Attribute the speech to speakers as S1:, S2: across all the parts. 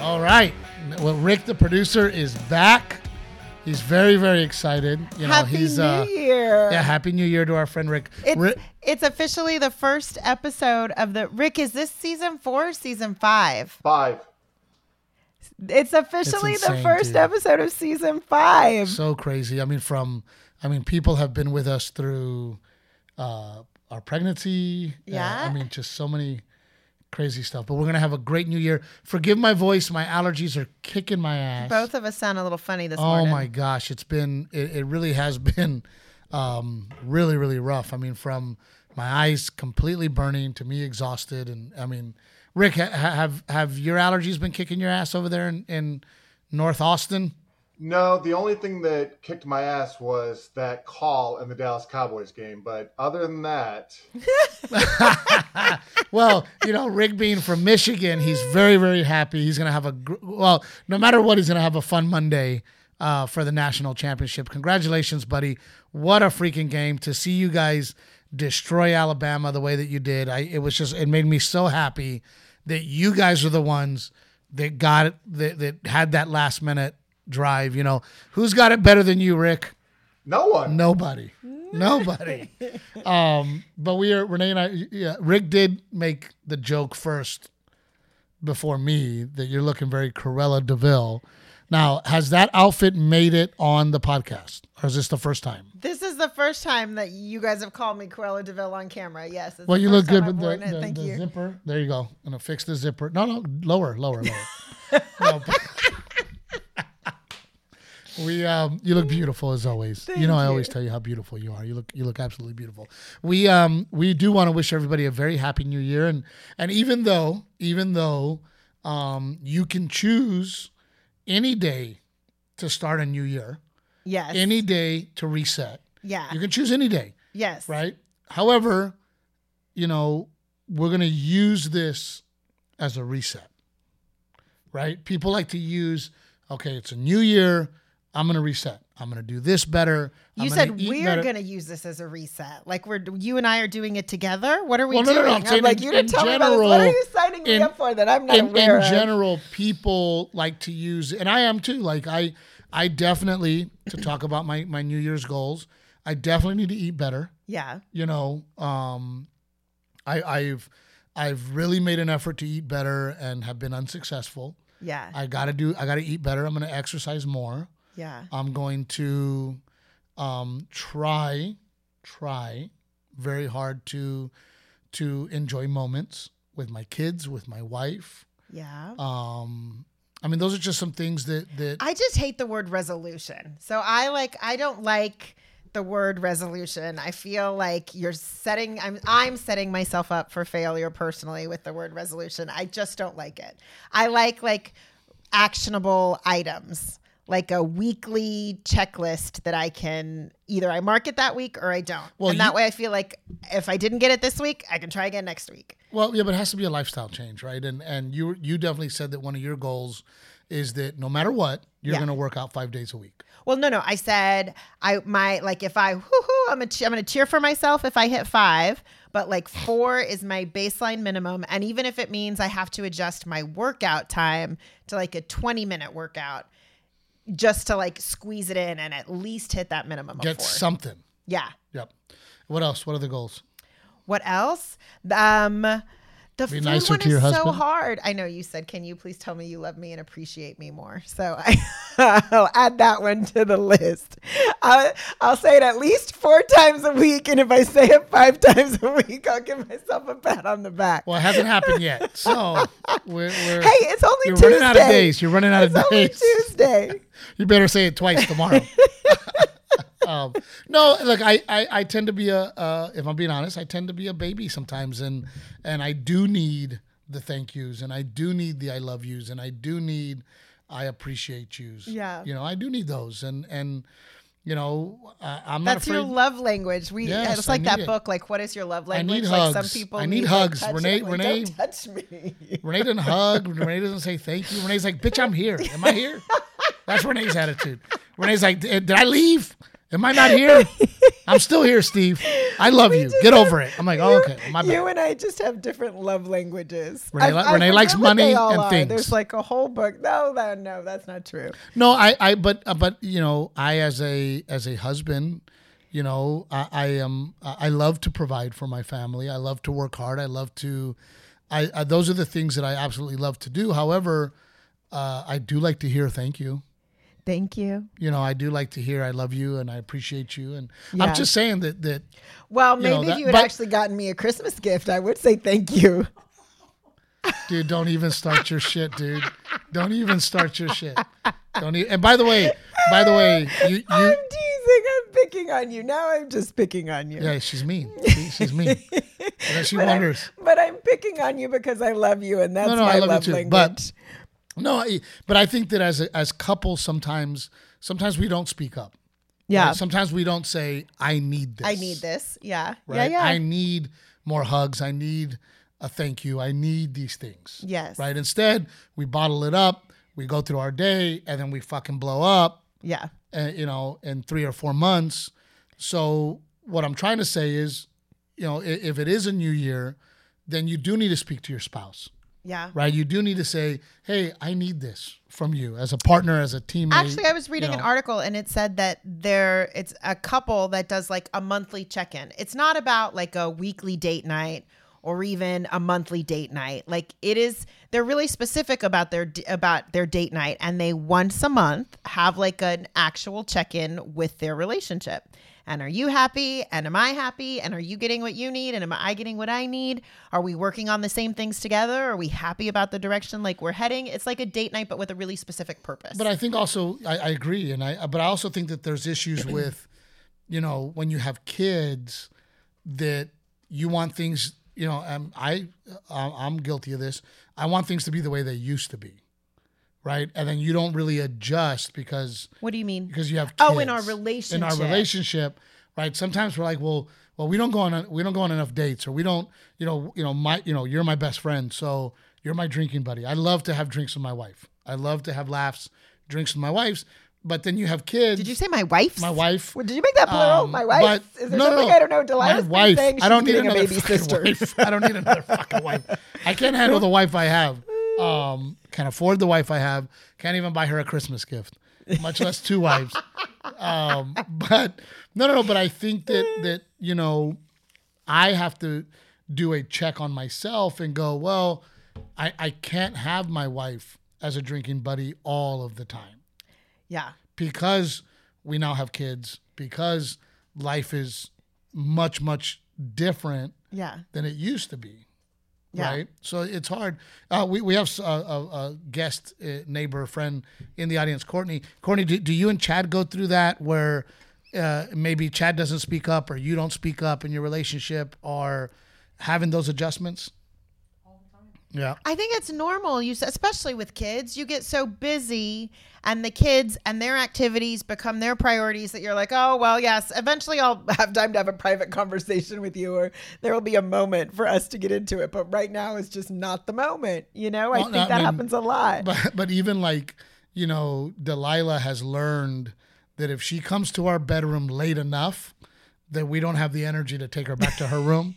S1: All right. Well, Rick, the producer, is back. He's very, very excited. You know,
S2: Happy
S1: he's
S2: New
S1: uh,
S2: Year.
S1: yeah. Happy New Year to our friend Rick.
S2: It's,
S1: Rick
S2: it's officially the first episode of the Rick. Is this season four, or season five?
S3: Five.
S2: It's officially
S1: insane,
S2: the first
S1: dude.
S2: episode of season five.
S1: so crazy. I mean, from I mean, people have been with us through uh, our pregnancy. Uh,
S2: Yeah.
S1: I mean, just so many crazy stuff. But we're gonna have a great New Year. Forgive my voice. My allergies are kicking my ass.
S2: Both of us sound a little funny this
S1: Oh
S2: morning.
S1: my gosh, it's been it, it really has been um, really really rough. I mean, from my eyes completely burning to me exhausted, and I mean, Rick, ha- ha- have have your allergies been kicking your ass over there in, in North Austin?
S3: No, the only thing that kicked my ass was that call in the Dallas Cowboys game. But other than that,
S1: Well, you know, Rick being from Michigan, he's very very happy. He's gonna have a gr- well, no matter what, he's gonna have a fun Monday. Uh, for the national championship. Congratulations, buddy. What a freaking game to see you guys destroy Alabama the way that you did. I it was just it made me so happy that you guys are the ones that got it that, that had that last minute drive, you know. Who's got it better than you, Rick?
S3: no one.
S1: Nobody. Nobody. um, but we are Renee and I. Yeah, Rick did make the joke first before me that you're looking very Corella Deville. Now, has that outfit made it on the podcast, or is this the first time?
S2: This is the first time that you guys have called me Cruella Deville on camera. Yes. it's
S1: Well,
S2: the
S1: you
S2: first
S1: look good
S2: time I've
S1: with the,
S2: worn it.
S1: the,
S2: Thank
S1: the
S2: you.
S1: zipper. There you go. I'm gonna fix the zipper. No, no, lower, lower, lower. No, but- we, um, you look beautiful as always. you know, I always tell you how beautiful you are. You look, you look absolutely beautiful. We, um, we do want to wish everybody a very happy new year, and and even though, even though, um, you can choose any day to start a new year,
S2: Yes.
S1: any day to reset.
S2: yeah.
S1: You can choose any day
S2: yes.
S1: right? However, you know, we're going to use this as a reset, right? People like to use, okay, it's a new year. I'm going to reset. I'm going to do this better. I'm
S2: You
S1: gonna
S2: said
S1: eat
S2: we're
S1: better."
S2: going to use this as a reset. Like we're you and I are doing it together. What are we
S1: Well, no,
S2: doing?
S1: no, no, I'm saying
S2: like
S1: in-
S2: you didn't
S1: in
S2: tell me about this. What are
S1: general-
S2: you signing
S1: in-
S2: me up for that I'm not
S1: in,
S2: aware
S1: in
S2: of?
S1: general, people like to use, and I am too. Like I, I definitely to talk about my my New Year's goals. I definitely need to eat better.
S2: yeah.
S1: you know um i i've i've really made an effort to eat better and have been unsuccessful
S2: Yeah.
S1: i gotta do i gotta eat better i'm gonna exercise more
S2: yeah.
S1: i'm going to um try try very hard to to enjoy moments with my kids with my wife
S2: Yeah.
S1: um i mean those are just some things that that
S2: I just hate the word resolution. So I like I don't like the word resolution. I feel like you're setting I'm I'm setting myself up for failure personally with the word resolution. I just don't like it. I like like actionable items. Like a weekly checklist that I can either I mark it that week or I don't.
S1: Well,
S2: and that
S1: you-
S2: way I feel like if I didn't get it this week, I can try again next week.
S1: Well, yeah, but it has to be a lifestyle change, right? And and you you definitely said that one of your goals is that no matter what, you're
S2: Yeah.
S1: going to work out five days a week.
S2: Well, no, no. I said I my like if I whoo-hoo, I'm a che- I'm gonna cheer for myself if I hit five, but like four is my baseline minimum, and even if it means I have to adjust my workout time to like a 20 minute workout, just to like squeeze it in and at least hit that minimum of
S1: Get
S2: four.
S1: something.
S2: yeah.
S1: Yep. What else? What are the goals?
S2: What else? Um,
S1: Be
S2: the food
S1: nicer
S2: one
S1: to your
S2: is so
S1: husband.
S2: hard. I know you said, "Can you please tell me you love me and appreciate me more?" So I, I'll add that one to the list. I, I'll say it at least four times a week, and if I say it five times a week, I'll give myself a pat on the back.
S1: Well, it hasn't happened yet, so we're, we're
S2: hey, it's only
S1: you're
S2: Tuesday.
S1: running out of days. You're running out
S2: It's
S1: of
S2: only
S1: days.
S2: Tuesday.
S1: You better say it twice tomorrow. um, no, look, I, I, I tend to be a uh, if I'm being honest, I tend to be a baby sometimes, and and I do need the thank yous, and I do need the I love yous, and I do need I appreciate yous.
S2: Yeah.
S1: you know, I do need those, and and you know, I, I'm
S2: That's
S1: not
S2: your
S1: afraid.
S2: love language. We
S1: Yes,
S2: it's
S1: I
S2: like
S1: need
S2: that
S1: it.
S2: book. Like, what is your love language?
S1: need
S2: like
S1: hugs.
S2: some people
S1: I need
S2: like,
S1: hugs.
S2: touch.
S1: Renee-
S2: Like,
S1: Renee-
S2: don't touch me.
S1: Renee doesn't hug. Renee doesn't say thank you. Renee's like, bitch, I'm here. Am I here? That's Renee's attitude. Renee's like, did did I leave? Am I not here? I'm still here, Steve. I love
S2: We
S1: you.
S2: just
S1: Get
S2: have-
S1: over it. I'm like,
S2: you-
S1: oh, okay, my bad.
S2: You and I just have different love languages.
S1: Renee
S2: I-
S1: li-
S2: I
S1: Renee
S2: forget
S1: likes
S2: what
S1: money
S2: they all
S1: and
S2: are.
S1: things.
S2: There's like a whole book. No, no, no, that's not true.
S1: No, I, I, but, uh, but you know, I as a as a husband, you know, I, I am, I I love to provide for my family. I love to work hard. I love to, I, I those are the things that I absolutely love to do. However, uh, I do like to hear thank you.
S2: Thank you.
S1: You know, I do like to hear I love you and I appreciate you. And
S2: Yeah.
S1: I'm just saying that that
S2: Well,
S1: You know,
S2: maybe if
S1: that-
S2: you had
S1: but-
S2: actually gotten me a Christmas gift, I would say thank you.
S1: Dude, don't even start your shit, dude. Don't even start your shit. Don't even, and by the way, by the way, you,
S2: I'm
S1: you
S2: teasing. I'm picking on you. Now I'm just picking on you.
S1: yeah, she's mean. She, she's mean. And then she wonders.
S2: But I'm picking on you because I love you, and that's
S1: No, no,
S2: my
S1: I love you
S2: love
S1: too,
S2: language.
S1: but- No, I, but I think that as a, as couples, sometimes sometimes we don't speak up.
S2: yeah,
S1: Right? Sometimes we don't say, "I need this."
S2: I need this. Yeah,
S1: Right?
S2: yeah, yeah.
S1: I need more hugs. I need a thank you. I need these things.
S2: yes,
S1: Right. Instead, we bottle it up. We go through our day, and then we fucking blow up.
S2: Yeah,
S1: uh, you know, in three or four months. So what I'm trying to say is, you know, i- if it is a new year, then you do need to speak to your spouse,
S2: yeah.
S1: right? You do need to say, "Hey, I need this from you as a partner, as a teammate."
S2: Actually, I was reading an
S1: Mm-hmm. know.
S2: article and it said that there it's a couple that does like a monthly check-in. It's not about like a weekly date night or even a monthly date night. Like it is they're really specific about their d- about their date night and they once a month have like an actual check-in with their relationship. And are you happy? And am I happy? And are you getting what you need? And am I getting what I need? Are we working on the same things together? Are we happy about the direction like we're heading? It's like a date night, but with a really specific purpose.
S1: but I think also I, I agree, and I but I also think that there's issues with, you know, when you have kids, that you want things. You know, um, I I- I'm guilty of this. I want things to be the way they used to be, right? And then you don't really adjust because
S2: What do you mean?
S1: because you have kids.
S2: Oh, in our
S1: in
S2: relationship.
S1: our relationship, right? Sometimes we're like, well, well, we don't go on we don't go on enough dates, or we don't, you know, you know, my, you know, you're my best friend, so you're my drinking buddy. I love to have drinks with my wife. I love to have laughs, drinks with my wife. But then you have kids.
S2: Did you say my wife's?
S1: my wife?
S2: Well, Did you make that plural?
S1: Um,
S2: my wife.
S1: but-
S2: Is there
S1: no, no,
S2: something
S1: no.
S2: I don't know? Delilah's
S1: my
S2: been
S1: wife.
S2: saying
S1: I don't
S2: she's
S1: need
S2: getting
S1: another
S2: a baby
S1: fucking
S2: sister.
S1: wife. I don't need another fucking wife. I can't handle the wife I have. Um, can't afford the wife I have. Can't even buy her a Christmas gift, much less two wives. Um, but no, no, no. But I think that that you know, I have to do a check on myself and go, well, I, I can't have my wife as a drinking buddy all of the time
S2: Yeah.
S1: because we now have kids, because life is much, much different
S2: Yeah.
S1: than it used to be.
S2: Yeah.
S1: Right. So it's hard. Uh, we, we have s- a, a, a guest, uh neighbor, friend in the audience, Courtney. Courtney, do, do you and Chad go through that where uh, maybe Chad doesn't speak up or you don't speak up in your relationship or having those adjustments? Yeah.
S2: I think it's normal. You s- especially with kids, you get so busy, and the kids and their activities become their priorities. That you're like, oh well, yes. Eventually, I'll have time to have a private conversation with you, or there will be a moment for us to get into it. But right now is just not the moment. You know, I
S1: Well,
S2: think
S1: I
S2: that
S1: mean,
S2: happens a lot.
S1: but but even like you know delilah has learned that if she comes to our bedroom late enough that we don't have the energy to take her back to her room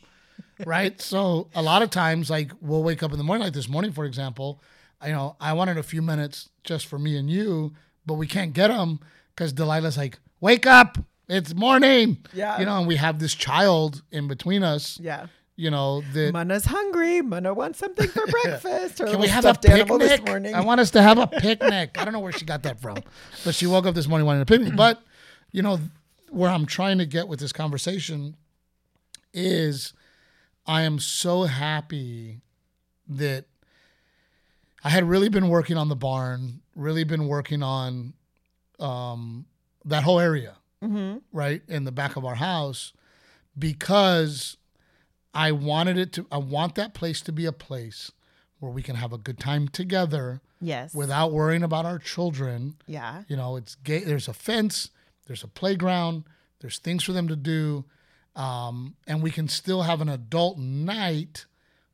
S1: right so a lot of times like we'll wake up in the morning like this morning for example you know i wanted a few minutes just for me and you but we can't get them because delilah's like wake up it's morning
S2: Yeah.
S1: you know and we have this child in between us
S2: yeah.
S1: you know that
S2: Mana's hungry. Mana wants something for breakfast. Her
S1: Can we
S2: little
S1: have a
S2: stuffed animal this
S1: picnic?
S2: morning?
S1: I want us to have a picnic. I don't know where she got that from, but she woke up this morning wanting a picnic. But you know where I'm trying to get with this conversation is, I am so happy that I had really been working on the barn, really been working on um, that whole area,
S2: Mhm.
S1: right in the back of our house, because I wanted it to. I want that place to be a place where we can have a good time together
S2: Yes.
S1: without worrying about our children.
S2: yeah.
S1: You know, it's gay. There's a fence. There's a playground. There's things for them to do, um, and we can still have an adult night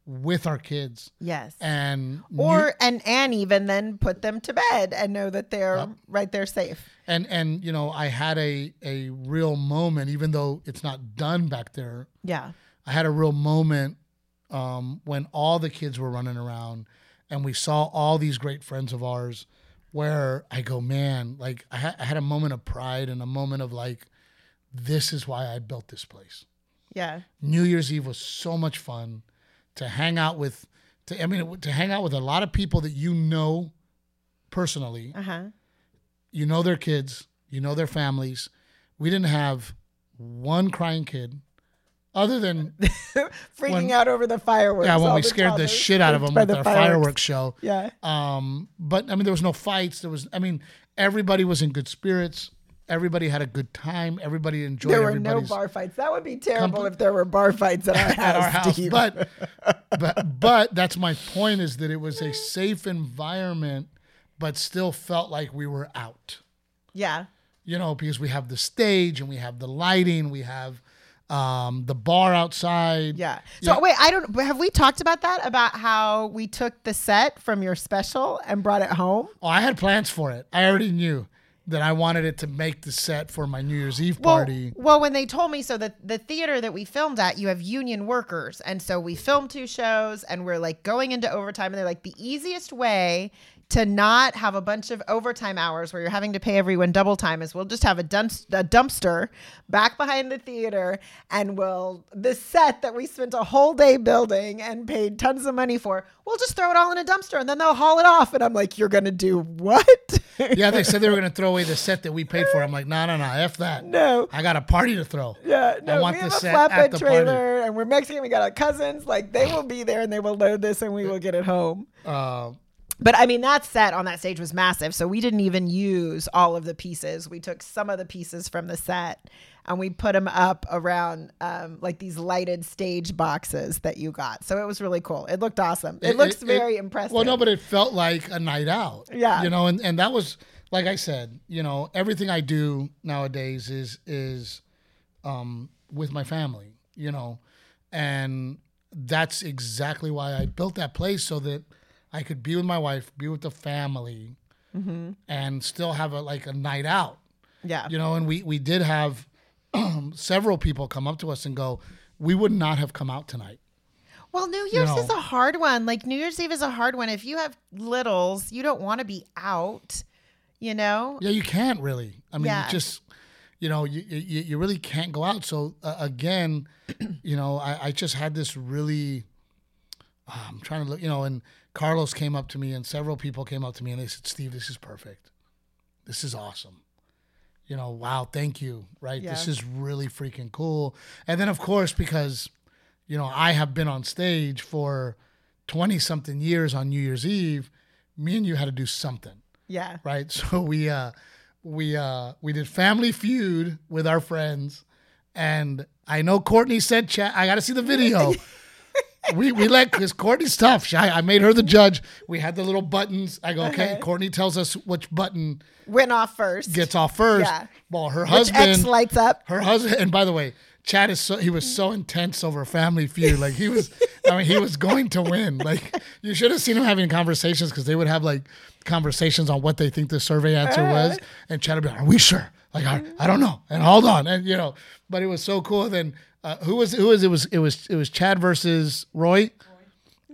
S1: with our kids
S2: Yes.
S1: and
S2: or and and even then put them to bed and know that they're right there safe.
S1: and and you know i had a a real moment even though it's not done back there
S2: Yeah.
S1: i had a real moment um when all the kids were running around and we saw all these great friends of ours where i go man like i, ha- I had a moment of pride and a moment of like this is why i built this place
S2: Yeah.
S1: New Year's Eve was so much fun to hang out with. To I mean, to hang out with a lot of people that you know personally.
S2: Uh huh.
S1: You know their kids. You know their families. We didn't have one crying kid, other than
S2: Freaking
S1: When-
S2: out over the fireworks.
S1: yeah, when
S2: all
S1: we scared the
S2: toddlers
S1: shit out of them
S2: spooked by
S1: with
S2: the
S1: our
S2: fireworks.
S1: fireworks show.
S2: Yeah.
S1: Um, but I mean, there was no fights. There was, I mean, everybody was in good spirits. Everybody had a good time. Everybody enjoyed.
S2: There were no
S1: everybody's
S2: bar fights. That would be terrible if there were bar fights at our house.
S1: at our house.
S2: Steve.
S1: But, but but that's my point is that it was a safe environment, but still felt like we were out.
S2: yeah.
S1: You know, because we have the stage and we have the lighting, we have um, the bar outside.
S2: Yeah. So wait, I don't. but Have we talked about that? About how we took the set from your special and brought it home?
S1: Oh, I had plans for it. I already knew that I wanted it to make the set for my New Year's Eve
S2: Well,
S1: party.
S2: well, when they told me, so the the theater that we filmed at, you have union workers, and so we filmed two shows, and we're like going into overtime, and they're like the easiest way to not have a bunch of overtime hours where you're having to pay everyone double time is we'll just have a, dumps, a dumpster back behind the theater and we'll the set that we spent a whole day building and paid tons of money for we'll just throw it all in a dumpster and then they'll haul it off and i'm like you're gonna do what
S1: Yeah, they said they were going to throw away the set that we paid for. I'm like, no, no, no, F that.
S2: no
S1: I got a party to throw.
S2: Yeah, no,
S1: want
S2: we have a
S1: this set at
S2: flatbed
S1: the
S2: trailer,
S1: party.
S2: and we're Mexican. We got our cousins. Like they will be there, and they will load this, and we will get it home.
S1: Uh,
S2: But I mean, that set on that stage was massive, so we didn't even use all of the pieces. We took some of the pieces from the set, and we put them up around um, like these lighted stage boxes that you got. So it was really cool. It looked awesome. It, looks very impressive.
S1: Well, no, but it felt like a night out.
S2: Yeah.
S1: You know, and, and that was like I said, you know, everything I do nowadays is is um with my family, you know. And that's exactly why I built that place so that I could be with my wife, be with the family,
S2: Mm-hmm.
S1: and still have a like a night out
S2: yeah,
S1: you know and we we did have several people come up to us and go we would not have come out tonight
S2: Well, New Year's
S1: know.
S2: is a hard one. Like New Year's Eve is a hard one. If you have littles, you don't want to be out. You know,
S1: yeah you can't really i mean
S2: Yeah.
S1: you just you know you, you you really can't go out so uh, again you know I, I just had this really ah, i'm trying to look you know and carlos came up to me and several people came up to me and they said steve this is perfect this is awesome you know wow thank you right this
S2: Yeah.
S1: is really freaking cool and then of course because you know, I have been on stage for 20 something years on New Year's Eve. Me and you had to do something,
S2: Yeah.
S1: right? So we, uh, we, uh, we did Family Feud with our friends. And I know Courtney said, Chad, I got to see the video. we, we let, because Courtney's tough. She, I, I made her the judge. We had the little buttons. I go, okay,
S2: Uh-huh.
S1: Courtney tells us which button
S2: Went off first.
S1: gets off first.
S2: Yeah.
S1: Well, her
S2: Which
S1: husband
S2: X lights up.
S1: her husband and by the way chad is so he was so intense over family feud like he was i mean he was going to win like you should have seen him having conversations because they would have like conversations on what they think the survey answer was and chad would be like are we sure like I, I don't know and hold on and you know but it was so cool then uh, who was who was it was it was it was chad versus roy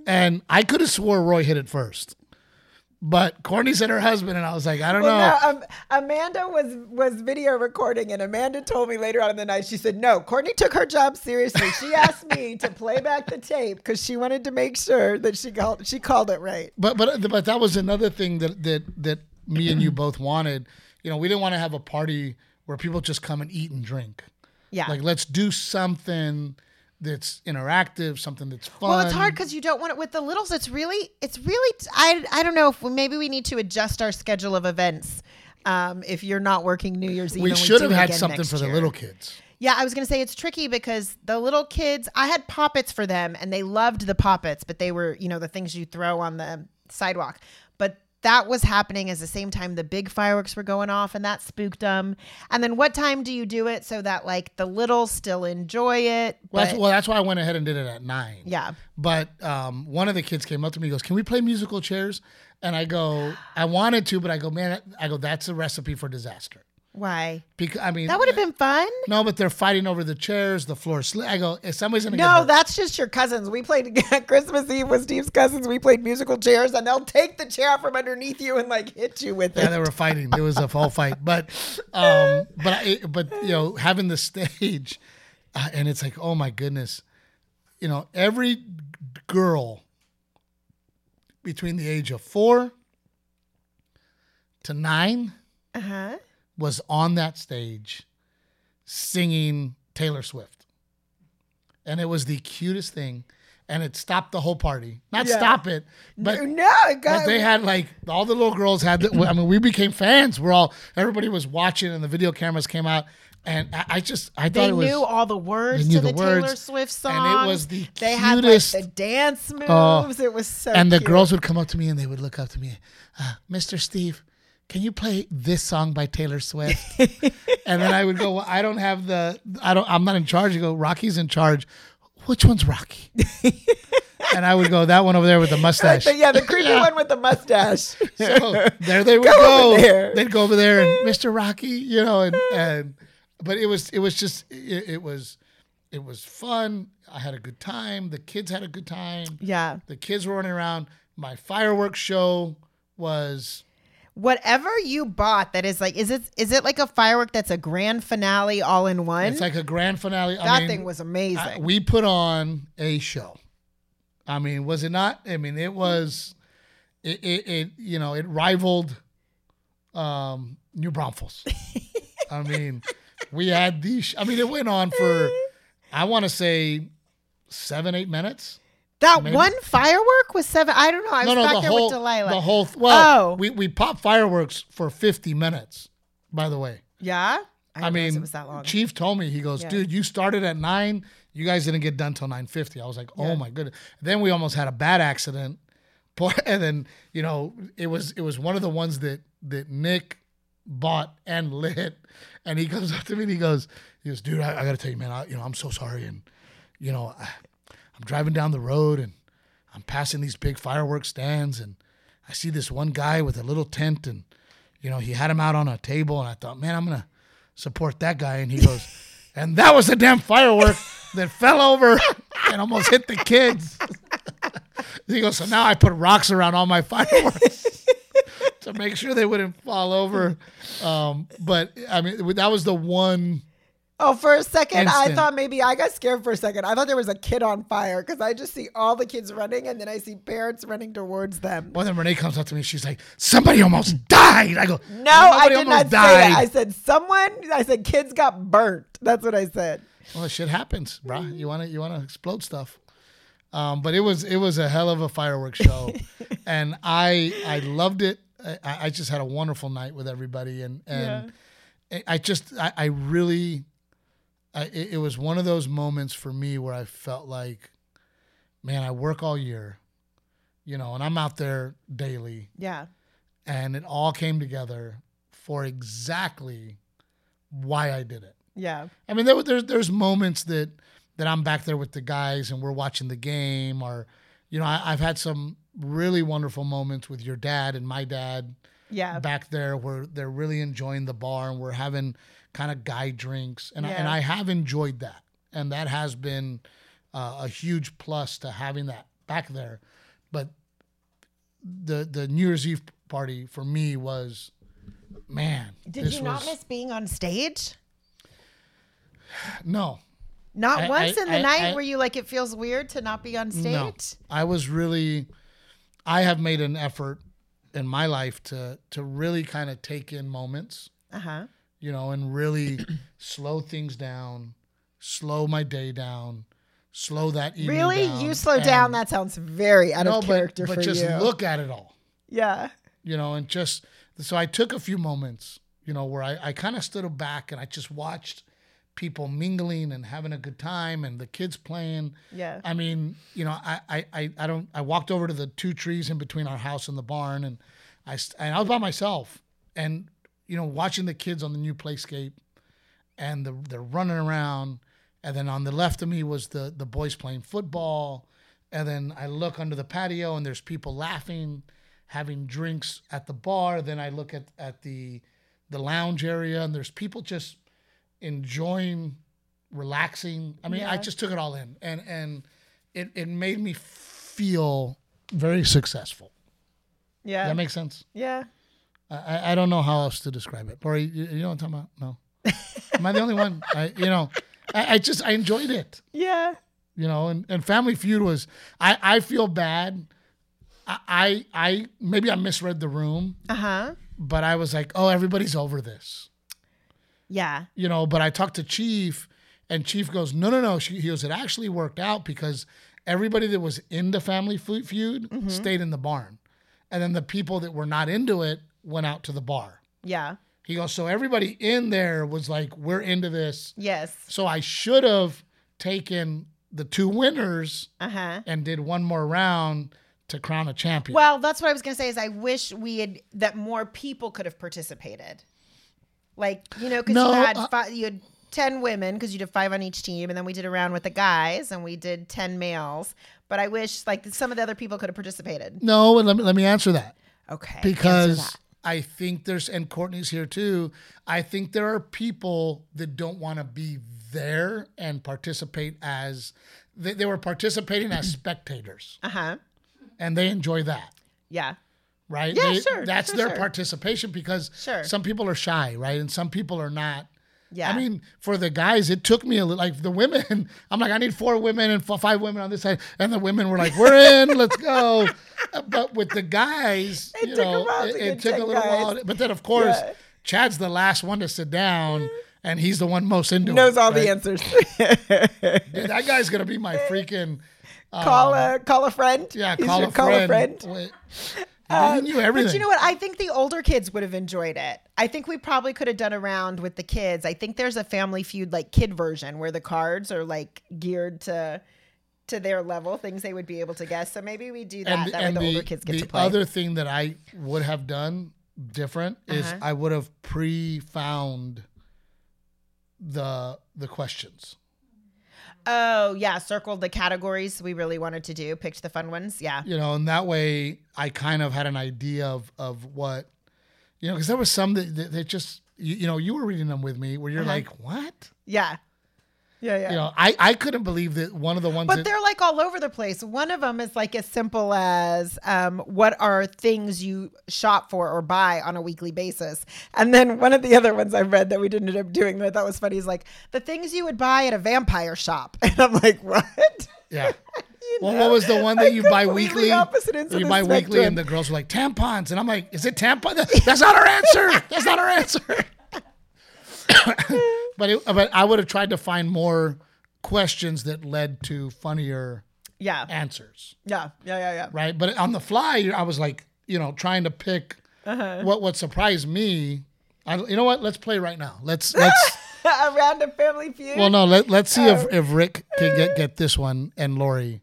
S1: and i could have swore roy hit it first but courtney said her husband and i was like i don't
S2: Well,
S1: know
S2: no, um, Amanda was was video recording, and Amanda told me later on in the night. She said, "No, Courtney took her job seriously. She asked me to play back the tape because she wanted to make sure that she called she called it right."
S1: but but but that was another thing that that that me and you both wanted. You know, we didn't want to have a party where people just come and eat and drink.
S2: Yeah.
S1: Like let's do something that's interactive, something that's fun.
S2: Well, it's hard because you don't want it with the littles. It's really, it's really. I, I don't know if we, maybe we need to adjust our schedule of events. Um, if you're not working New Year's Eve,
S1: we
S2: and
S1: should
S2: do
S1: have
S2: it
S1: had
S2: again
S1: something
S2: next
S1: for the
S2: year.
S1: little kids.
S2: Yeah, I was gonna say it's tricky because the little kids. I had poppets for them, and they loved the poppets, but they were you know the things you throw on the sidewalk. But that was happening as the same time the big fireworks were going off and that spooked them. And then what time do you do it so that like the little still enjoy it?
S1: Well,
S2: but-
S1: that's, well, that's why I went ahead and did it at nine.
S2: yeah.
S1: But um, one of the kids came up to me, and goes, "Can we play musical chairs?" And I go, "I wanted to, but I go, man, I go, that's a recipe for disaster."
S2: Why?
S1: Because I mean,
S2: That would have been fun.
S1: no, but they're fighting over the chairs, the floor. Sli- I go, if somebody's gonna get
S2: No,
S1: hurt."
S2: that's just your cousins. We played Christmas Eve with Steve's cousins. We played musical chairs, and they'll take the chair from underneath you and like hit you with
S1: Yeah,
S2: it.
S1: they were fighting. It was a whole fight, but um, but I, but you know, having the stage, uh, and it's like, oh my goodness, you know, every g- girl between the age of four to nine
S2: Uh huh.
S1: was on that stage singing Taylor Swift, and it was the cutest thing, and it stopped the whole party. Not
S2: Yeah.
S1: stop it, but
S2: no, it
S1: but
S2: got
S1: they had like all the little girls had. The, I mean, we became fans. We're all everybody was watching, and the video cameras came out, and I, I just I
S2: They
S1: thought it was.
S2: knew all the words
S1: they knew
S2: to the,
S1: the
S2: Taylor
S1: words,
S2: Swift song.
S1: and it was the
S2: they
S1: cutest-
S2: had like the dance moves.
S1: Oh,
S2: it was so.
S1: and the
S2: cute.
S1: girls would come up to me and they would look up to me, uh, Mr. Steve, can you play this song by Taylor Swift? and then I would go, well, I don't have the, I don't, I'm not in charge. You go, Rocky's in charge. Which one's Rocky? and I would go, that one over there with the
S2: Like
S1: mustache.
S2: the- yeah, the creepy one with the mustache.
S1: so there they would
S2: Go
S1: go.
S2: over there.
S1: They'd go over there and Mr. Rocky, you know, and, and but it was it was just it, it was it was fun. I had a good time. The kids had a good time.
S2: yeah.
S1: The kids were running around. My fireworks show was
S2: Whatever you bought that is like is it is it like a firework that's a grand finale all in one?
S1: it's like a grand finale.
S2: that thing was amazing.
S1: I- we put on a show. I mean, was it not? I mean, it was. It it, it you know it rivaled, um, New Braunfels. I mean, we had the. Sh- I mean, it went on for, I want to say, seven eight minutes.
S2: that
S1: maybe-
S2: one firework was seven. I don't know. I was
S1: no, no,
S2: back
S1: the
S2: there
S1: whole
S2: with Delilah.
S1: the whole. Well,
S2: Oh.
S1: we we popped fireworks for fifty minutes. By the way,
S2: yeah.
S1: I
S2: didn't realize
S1: mean,
S2: it was that long.
S1: Chief told me he goes,
S2: Yeah.
S1: dude, you started at nine. You guys didn't get done till nine fifty. I was like, oh my goodness. Then we almost had a bad accident, Poor- and then you know it was it was one of the ones that that Nick bought and lit, and he comes up to me and he goes, he goes, dude, I, I gotta tell you, man, I, you know I'm so sorry, and you know I, I'm driving down the road and I'm passing these big fireworks stands and I see this one guy with a little tent and you know he had him out on a table and I thought, man, I'm gonna support that guy. And he goes, and that was a damn firework that fell over and almost hit the kids. he goes, so now I put rocks around all my fireworks. To make sure they wouldn't fall over, um, but I mean that was the one.
S2: Oh, for a second, I
S1: Instant.
S2: thought maybe I got scared for a second. I thought there was a kid on fire because I just see all the kids running and then I see parents running towards them.
S1: Well, then Renee comes up to me. She's like, "Somebody almost died." I go,
S2: No,
S1: "Nobody
S2: I did not
S1: almost
S2: say that. I said someone. I said kids got burnt. That's what I said.
S1: Well, shit happens, bruh. You want to you want to explode stuff. Um, but it was it was a hell of a fireworks show, and I I loved it. I, I just had a wonderful night with everybody, and and I- I just I, I really, I, it it was one of those moments for me where I felt like, man, I work all year, you know, and I'm out there daily,
S2: Yeah.
S1: and it all came together for exactly why I did it.
S2: Yeah.
S1: I mean, there, there's there's moments that that I'm back there with the guys and we're watching the game, or you know, I, I've had some really wonderful moments with your dad and my dad
S2: Yeah.
S1: back there where they're really enjoying the bar and we're having kind of guy drinks, and I, and
S2: Yeah.
S1: I have enjoyed that, and that has been uh, a huge plus to having that back there, but the the New Year's Eve party for me was, man,
S2: Did
S1: this
S2: you not
S1: was-
S2: miss being on stage?
S1: no.
S2: Not
S1: I-
S2: once
S1: I-
S2: in the
S1: I-
S2: night
S1: I-
S2: were you like, it feels weird to not be on stage?
S1: No, I was really, I have made an effort in my life to to really kind of take in moments,
S2: Uh huh.
S1: you know, and really slow things down, slow my day down, slow that evening.
S2: Really?
S1: down,
S2: You slow down.
S1: and-
S2: That sounds very out
S1: no,
S2: of
S1: but-
S2: character
S1: but
S2: for
S1: just
S2: you.
S1: look at it all,
S2: yeah.
S1: you know, and just so I took a few moments, you know, where I I kind of stood back and I just watched people mingling and having a good time and the kids playing
S2: Yeah.
S1: I mean, you know, I, I, I, I don't, I walked over to the two trees in between our house and the barn and I st- and I was by myself, and you know, watching the kids on the new playscape, and the, they're running around, and then on the left of me was the the boys playing football, and then I look under the patio and there's people laughing, having drinks at the bar. Then I look at at the the lounge area and there's people just enjoying, relaxing. I mean, I
S2: Yeah.
S1: just took it all in, and and it it made me feel very successful.
S2: Yeah.
S1: Does that makes sense.
S2: yeah.
S1: I- I, I don't know how else to describe it. Lori, you, you know what I'm talking about? No. Am I the only one? I, you know, I, I just, I enjoyed it,
S2: Yeah.
S1: you know, and, and Family Feud was, I, I feel bad. I, I, I, maybe I misread the room,
S2: Uh huh.
S1: but I was like, oh, everybody's over this,
S2: Yeah.
S1: you know, but I talked to Chief and Chief goes, no, no, no. She, he goes, it actually worked out because everybody that was into Family Fu- Feud stayed in the barn. And then the people that were not into it went out to the bar.
S2: Yeah.
S1: He goes, so everybody in there was like, we're into this.
S2: Yes.
S1: So I should have taken the two winners
S2: Uh huh.
S1: and did one more round to crown a champion.
S2: Well, that's what I was gonna say. Is I wish we had that more people could have participated. Like you know, because
S1: No,
S2: you had
S1: uh,
S2: fi- you had ten women because you did five on each team, and then we did a round with the guys, and we did ten males. But I wish like some of the other people could have participated.
S1: no, and let me, let me answer that
S2: Okay. answer
S1: because
S2: that.
S1: I think there's, and Courtney's here too. I think there are people that don't want to be there and participate as they, they were participating as spectators
S2: Uh huh.
S1: and they enjoy that.
S2: Yeah.
S1: right?
S2: Yeah, sure,
S1: That's
S2: sure,
S1: their
S2: sure.
S1: participation because
S2: Sure.
S1: some people are shy, right? And some people are not.
S2: Yeah.
S1: I mean, for the guys, it took me a little, like the women, I'm like, I need four women and f- five women on this side. And the women were like, we're in, let's go. Uh, But with the guys,
S2: It
S1: you
S2: took a
S1: know,
S2: while
S1: it,
S2: to
S1: it
S2: get
S1: took a
S2: 10
S1: little while.
S2: guys.
S1: But then, of course,
S2: Yeah. Mm-hmm.
S1: Chad's the last one to sit down and he's the one most into
S2: Knows
S1: it,
S2: all the
S1: right?
S2: answers.
S1: Dude, that guy's going to be my freaking,
S2: call a call a friend.
S1: Um, yeah,
S2: He's
S1: call,
S2: your
S1: a, friend. Wait.
S2: Uh,
S1: he knew everything.
S2: But you know what? I think the older kids would have enjoyed it. I think we probably could have done a round with the kids. I think there's a family feud like kid version where the cards are like geared to to their level, things they would be able to guess. So maybe we do that. that way the, older kids get
S1: the
S2: to play.
S1: other thing that I would have done different is
S2: Uh-huh.
S1: I would have pre-found the the questions.
S2: oh yeah, circled the categories we really wanted to do, picked the fun ones. Yeah.
S1: You know, and that way I kind of had an idea of of what you know, because there was some that that, that just you, you know you were reading them with me where
S2: Uh-huh.
S1: you're like, what?
S2: Yeah. Yeah, yeah.
S1: You know, I I couldn't believe that one of the ones
S2: But
S1: that
S2: they're like all over the place. One of them is like as simple as um, what are things you shop for or buy on a weekly basis. And then one of the other ones I read that we didn't end up doing that I thought was funny is like the things you would buy at a vampire shop. And I'm like, what?
S1: yeah. Well, what was the one that
S2: I
S1: you buy
S2: completely
S1: weekly?
S2: opposite ends of
S1: You
S2: the
S1: buy weekly,
S2: spectrum.
S1: and the girls were like tampons, and I'm like, "Is it tampon? That- That's not our answer. That's not our answer." but it, but I would have tried to find more questions that led to funnier
S2: Yeah. Yeah.
S1: answers,
S2: Yeah. Yeah. Yeah.
S1: right? But on the fly, I was like, you know, trying to pick
S2: Uh-huh.
S1: what what surprised me. I, you know what? Let's play right now. Let's let's.
S2: a round of family feud.
S1: well, no, let let's see if if Rick can get get this one and Lori.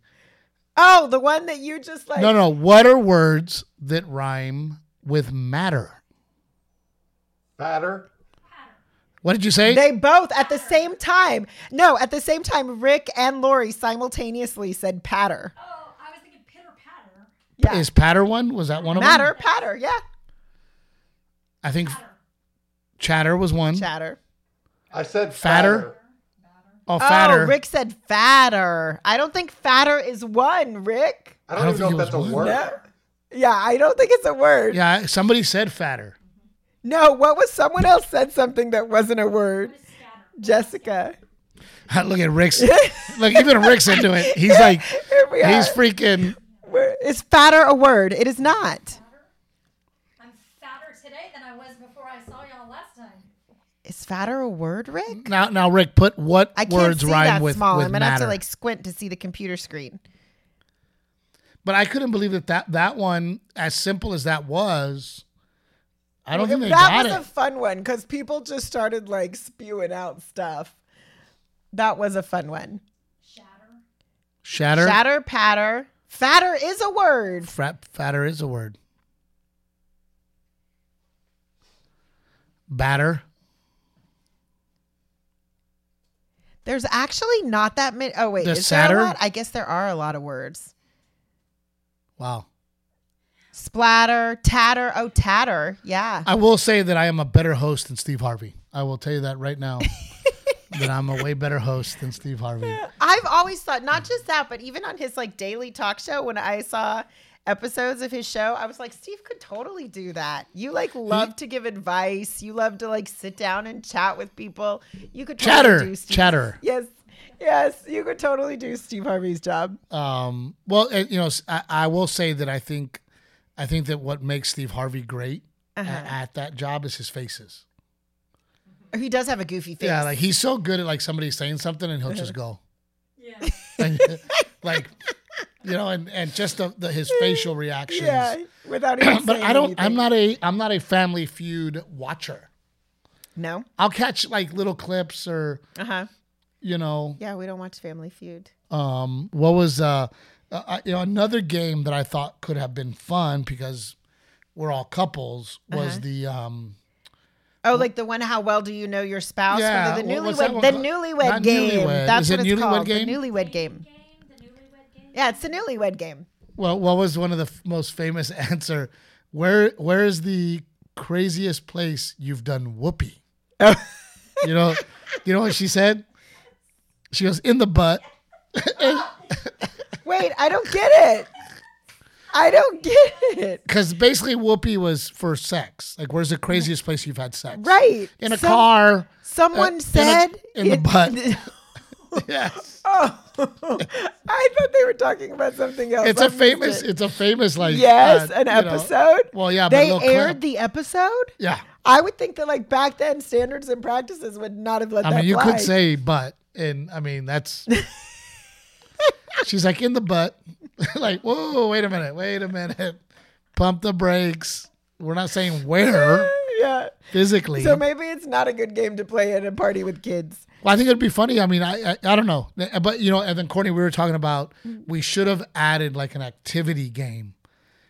S2: oh, the one that you just like.
S1: No, no. What are words that rhyme with matter?
S3: Batter.
S1: What did you say?
S2: They both at the same time. No, at the same time, Rick and Lori simultaneously said patter.
S4: Oh, I was thinking pitter patter.
S2: Yeah.
S1: Is patter one? Was that one of
S2: Matter,
S1: them?
S2: patter. Yeah.
S1: I think chatter was one.
S2: Chatter.
S3: I said
S1: Fatter?
S3: fatter.
S1: Oh, fatter.
S2: Oh, Rick said fatter. I don't think fatter is one, Rick.
S3: I don't,
S1: I don't
S3: even know
S1: think
S3: if
S1: it
S3: that's a
S1: was
S3: word.
S1: one.
S2: Yeah, I don't think it's a word.
S1: Yeah, somebody said fatter.
S2: No, what was someone else said something that wasn't a word? Jessica.
S1: Look at Rick's. Look, even Rick's into it. He's like,
S2: Here we
S1: he's
S2: are.
S1: freaking.
S2: We're- is fatter a word? It is not.
S4: I'm fatter today than I was before I saw y'all last time.
S2: Is fatter a word, Rick?
S1: Now, now, Rick, put what
S2: I can't
S1: words
S2: see
S1: rhyme
S2: that
S1: with,
S2: small.
S1: with
S2: I'm gonna
S1: matter.
S2: have to like squint to see the computer screen.
S1: but I couldn't believe that, that that one, as simple as that was, I don't think they
S2: that
S1: got
S2: was
S1: it.
S2: a fun one because people just started like spewing out stuff. That was a fun one.
S4: Shatter.
S1: Shatter.
S2: Shatter, patter. Fatter is a word.
S1: Fra- fatter is a word. Batter.
S2: There's actually not that many. Oh wait,
S1: There's
S2: is there
S1: Saturn?
S2: a lot? I guess there are a lot of words.
S1: Wow.
S2: Splatter, tatter. Oh, tatter. Yeah.
S1: I will say that I am a better host than Steve Harvey. I will tell you that right now. that I'm a way better host than Steve Harvey.
S2: I've always thought not just that, but even on his like daily talk show, when I saw episodes of his show, I was like, Steve could totally do that. You like love to give advice. You love to like sit down and chat with people. You could totally
S1: Chatter,
S2: do Steve-
S1: chatter.
S2: Yes, yes, you could totally do Steve Harvey's job.
S1: Um, well, and, you know, s- I, I will say that I think, I think that what makes Steve Harvey great a-
S2: Uh-huh.
S1: at that job is his faces.
S2: He does have a goofy face.
S1: Yeah, like he's so good at like somebody saying something and he'll just go,
S4: Yeah.
S1: like, like, you know, and and just the, the his facial reactions.
S2: yeah, without even.
S1: but
S2: saying
S1: I don't. I'm
S2: anything.
S1: not a. I'm not a Family Feud watcher.
S2: No.
S1: I'll catch like little clips or
S2: Uh huh.
S1: you know,
S2: Yeah, we don't watch Family Feud.
S1: um, what was uh, uh, I- you know another game that I thought could have been fun because we're all couples
S2: Uh-huh.
S1: was the um,
S2: Oh, like the one how well do you know your spouse?
S1: Yeah,
S2: Or the
S1: what- what's
S2: newlywed
S1: that one
S2: the
S1: called?
S2: newlywed
S1: Not
S2: game.
S1: Newlywed.
S2: That's
S1: Is
S2: what
S1: it
S2: it's
S1: Newlywed
S2: called.
S1: Game?
S2: The newlywed game.
S4: Game, the newlywed game.
S2: Yeah, it's the newlywed game.
S1: well, what was one of the f- most famous answer? Where where is the craziest place you've done whoopee? you know, you know what she said. She goes in the butt.
S2: Wait, I don't get it. I don't get it.
S1: Because basically, whoopee was for sex. Like, where's the craziest place you've had sex?
S2: Right.
S1: In a
S2: Some-
S1: car.
S2: Someone
S1: Uh, in a-
S2: said
S1: in the
S2: it-
S1: butt. yes.
S2: Oh, I thought they were talking about something else.
S1: It's
S2: I
S1: a
S2: missed
S1: famous.
S2: it.
S1: It's a famous like.
S2: yes,
S1: uh,
S2: an
S1: you know-
S2: episode.
S1: well, yeah, but a
S2: they
S1: little
S2: aired
S1: clip.
S2: the episode.
S1: yeah.
S2: I would think that like back then standards and practices would not have let
S1: I
S2: that
S1: mean, you
S2: fly.
S1: could say butt, and I mean that's. she's like in the butt, like whoa, wait a minute, wait a minute, pump the brakes. We're not saying where
S2: yeah.
S1: physically.
S2: So maybe it's not a good game to play at a party with kids.
S1: Well, I think it'd be funny. I mean, I, I I don't know, but you know, and then Courtney, we were talking about we should have added like an activity game.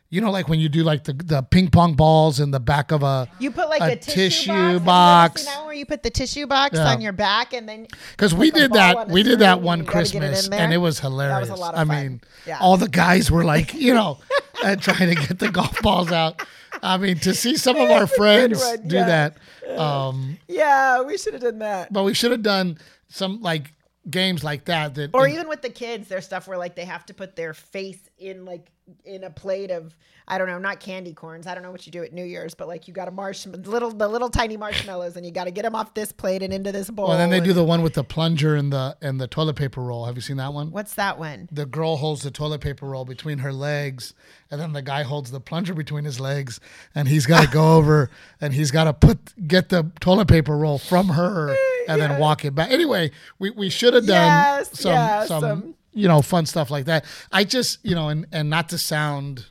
S1: You know, like when you do like the, the ping pong balls in the back of a
S2: You put like
S1: A
S2: a,
S1: tissue
S2: tissue box.
S1: box.
S2: Have you ever seen that one where you put the tissue box
S1: Yeah.
S2: on your back and then
S1: because we
S2: the
S1: did
S2: ball
S1: that
S2: on a
S1: we did
S2: string
S1: that
S2: and
S1: one
S2: you gotta get it in
S1: Christmas
S2: there?
S1: and it was
S2: That was a
S1: hilarious.
S2: lot of
S1: I
S2: fun.
S1: mean,
S2: Yeah.
S1: all the guys were like, you know, uh, trying to get the golf balls out. I mean, to see some of our
S2: That's a good
S1: friends
S2: one,
S1: do
S2: yeah.
S1: that, um,
S2: yeah, we should have done that.
S1: but we should have done some like games like that. That
S2: Or even with the kids, there's stuff where like they have to put their face in like in a plate of I don't know, not candy corns. I don't know what you do at New Year's, but like you got a marshmallow, little the little tiny marshmallows, and you got to get them off this plate and into this bowl.
S1: Well, then they do
S2: and-
S1: the one with the plunger and the and the toilet paper roll. Have you seen that one?
S2: What's that one?
S1: The girl holds the toilet paper roll between her legs, and then the guy holds the plunger between his legs, and he's got to go over and he's got to put get the toilet paper roll from her and then walk it back. Anyway, we, we should have done
S2: Yes, um,
S1: some
S2: yeah,
S1: some
S2: some-
S1: you know fun stuff like that. I just you know and and not to sound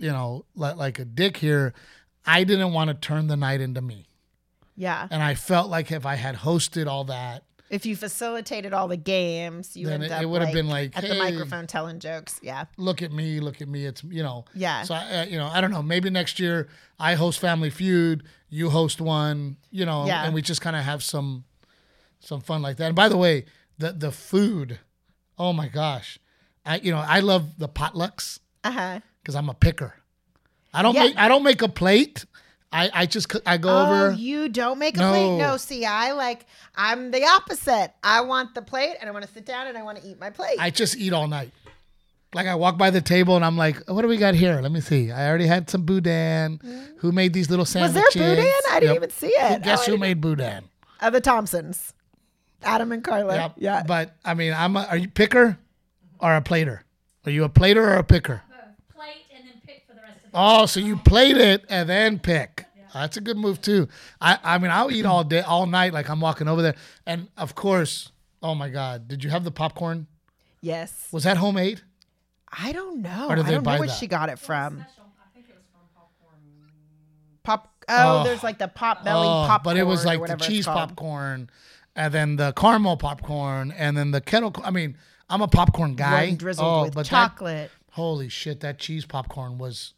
S1: you know like, like a dick here, I didn't want to turn the night into me,
S2: Yeah.
S1: and I felt like if I had hosted all that.
S2: If you facilitated all the games, you
S1: Then
S2: end
S1: it-
S2: up
S1: it would have been like,
S2: at
S1: hey.
S2: the microphone telling jokes. Yeah.
S1: look at me, look at me. It's you know.
S2: Yeah.
S1: So I, uh, you know, I don't know. Maybe next year I host Family Feud, you host one, you know,
S2: Yeah.
S1: and we just kind of have some some fun like that. And by the way, the the food, oh my gosh, I you know I love the potlucks
S2: Uh huh.
S1: because I'm a picker. I don't
S2: Yeah.
S1: make I don't make a plate. I I just c- I go
S2: Oh,
S1: over.
S2: you don't make a
S1: No.
S2: plate. No, see, I like I'm the opposite. I want the plate and I want to sit down and I want to eat my plate.
S1: I just eat all night. Like I walk by the table and I'm like, what do we got here? Let me see. I already had some boudin. Who made these little
S2: Mm. was
S1: sandwiches?
S2: there boudin? I didn't
S1: Yep.
S2: even see it.
S1: Guess
S2: oh,
S1: who made boudin?
S2: uh, the Thompsons, Adam and Carla.
S1: Yeah,
S2: Uh, Yeah,
S1: But I mean, I'm. A, are you picker or a plater? Are you a plater or a picker?
S4: Both plate and then pick for the rest of the
S1: Oh, so you plate it and then pick. That's a good move too. I. I mean, I'll eat all day, all night. Like I'm walking over there, and of course, oh my God, did you have the popcorn?
S2: yes.
S1: Was that homemade?
S2: I don't know.
S1: Or did
S2: I
S1: they
S2: don't know
S1: buy
S2: where
S1: that?
S2: she got it from.
S4: special. I think it was from popcorn.
S2: Pop. Oh,
S1: Oh.
S2: there's like the pop belly popcorn.
S1: but it was
S2: or
S1: like the
S2: whatever it's
S1: cheese
S2: called.
S1: popcorn, and then the caramel popcorn, and then the kettle. I mean, I'm a popcorn guy.
S2: One drizzled with
S1: Oh, but that-
S2: chocolate.
S1: holy shit, that cheese popcorn was.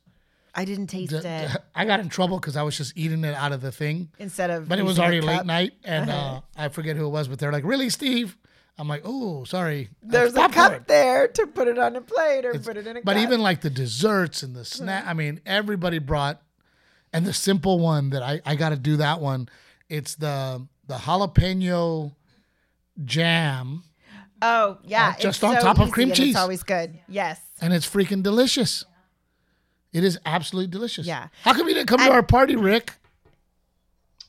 S2: I didn't taste
S1: D-
S2: it
S1: I got in trouble because I was just eating it out of the thing.
S2: instead of.
S1: But it was
S2: using a
S1: already
S2: cup. Uh-huh.
S1: late night, and uh, I forget who it was, but they're like, "Really, Steve?" I'm like, "Oh, sorry." That's
S2: There's a
S1: popcorn."
S2: cup there to put it on a plate or put it in a
S1: But
S2: cup.
S1: even like the desserts and the snack, I mean, everybody brought, and the simple one that I I got to do that one. It's the the jalapeno jam,
S2: oh yeah,
S1: on-
S2: it's
S1: just on
S2: so
S1: top of
S2: easy
S1: cream
S2: and
S1: cheese.
S2: It's always good. Yes.
S1: and it's freaking delicious. It is absolutely delicious.
S2: Yeah.
S1: How come you didn't come to our party, Rick?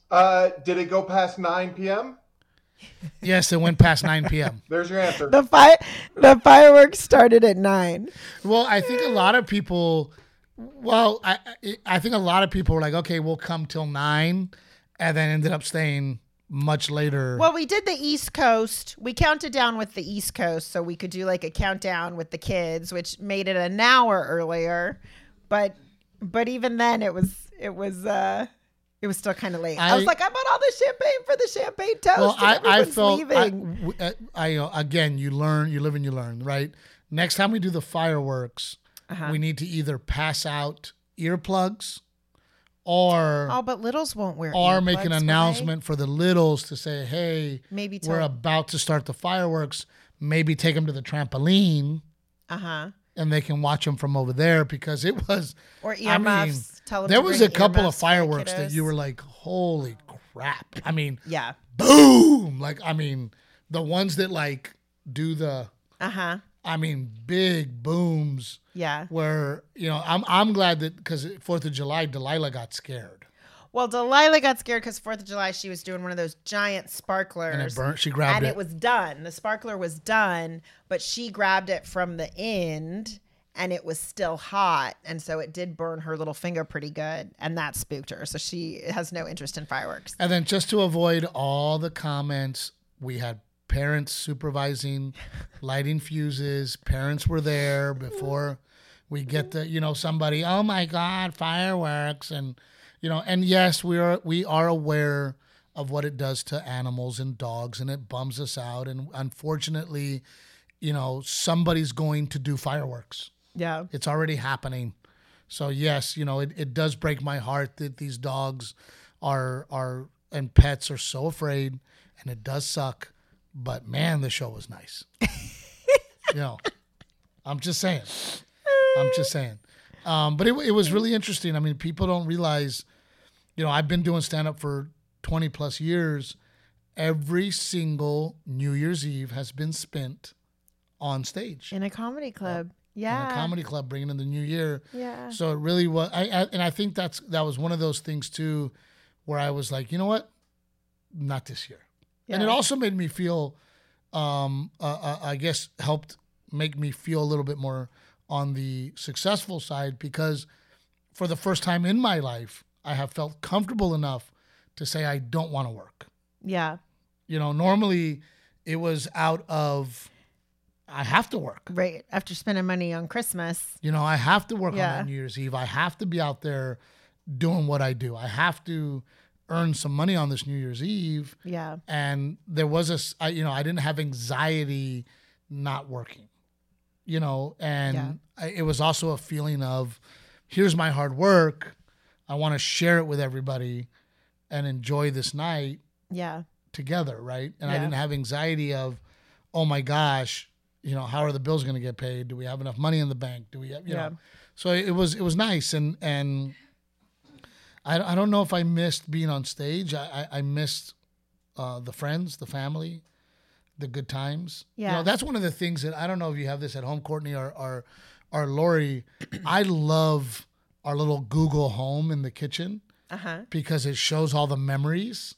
S3: Uh, did it go past 9 p.m.?
S1: Yes, it went past 9 p.m.
S3: There's your answer.
S2: The fire, the fireworks started at nine.
S1: Well, I think a lot of people. Well, I I- I think a lot of people were like, okay, we'll come till nine, and then ended up staying much later.
S2: Well, we did the East Coast. We counted down with the East Coast, so we could do like a countdown with the kids, which made it an hour earlier. But but even then, it was it was uh it was still kind of late. I,
S1: I-
S2: was like, I bought all the champagne for the champagne toast.
S1: well,
S2: and
S1: I, I
S2: everyone's
S1: felt I,
S2: leaving.
S1: w- uh, I, uh, again, you learn, you live and you learn, right? Next time we do the fireworks,
S2: Uh-huh.
S1: we need to either pass out earplugs, or
S2: oh, but littles won't wear.
S1: or make
S2: earplugs, will
S1: an
S2: they?
S1: announcement for the littles to say, hey,
S2: Maybe
S1: we're
S2: to
S1: about to start the fireworks. Maybe take them to the trampoline.
S2: uh huh
S1: and they can watch them from over there because it was
S2: or earmuffs. tell 'em
S1: there
S2: to
S1: was a
S2: bring
S1: couple of
S2: earmuffs for the
S1: fireworks that you
S2: kiddos.
S1: were like holy crap i mean
S2: Yeah.
S1: boom like i mean the ones that like do the
S2: Uh huh.
S1: i mean big booms
S2: Yeah.
S1: where you know i'm i'm glad that because fourth of july delilah got scared
S2: Well, Delilah got scared because Fourth of July she was doing one of those giant sparklers,
S1: and it burnt she grabbed
S2: and
S1: it,
S2: it was done. The sparkler was done, but she grabbed it from the end, and it was still hot, and so it did burn her little finger pretty good, and that spooked her. So she has no interest in fireworks.
S1: and then just to avoid all the comments we had parents supervising lighting fuses parents were there before we get the you know somebody oh my god fireworks and you know and yes we are we are aware of what it does to animals and dogs and it bums us out and unfortunately you know somebody's going to do fireworks
S2: Yeah,
S1: it's already happening so yes you know it, it does break my heart that these dogs are are and pets are so afraid and it does suck but man the show was nice you know i'm just saying i'm just saying um, but it, wa- it was really interesting i mean people don't realize you know i've been doing stand-up for 20 plus years every single new year's eve has been spent on stage
S2: in a comedy club.
S1: in
S2: Yeah,
S1: a comedy club bringing in the new year
S2: yeah,
S1: so it really was, I, I and I think that's that was one of those things too, where I was like, you know what, not this year. And it
S2: Yeah.
S1: also made me feel, um, uh, uh, I guess helped make me feel a little bit more on the successful side because for the first time in my life, I have felt comfortable enough to say I don't want to work.
S2: yeah.
S1: You know, normally it was out of I have to work.
S2: Right after spending money on Christmas.
S1: You know, I have to work on
S2: Yeah.
S1: that New Year's Eve. I have to be out there doing what I do. I have to earn some money on this New Year's Eve.
S2: Yeah,
S1: And there was a, s- I- you know, I didn't have anxiety not working, you know, and
S2: Yeah.
S1: I, it was also a feeling of here's my hard work. I want to share it with everybody and enjoy this night
S2: yeah,
S1: together, right? And I
S2: Yeah.
S1: didn't have anxiety of, oh my gosh, you know, how are the bills going to get paid? Do we have enough money in the bank? Do we have, you
S2: Yeah.
S1: know? So it was it was nice, and and I I don't know if I missed being on stage. I I, I missed uh, the friends, the family, the good times. you know,
S2: Yeah.
S1: that's one of the things that I don't know if you have this at home, Courtney or or or Lori. I love our little Google Home in the kitchen
S2: uh huh.
S1: because it shows all the memories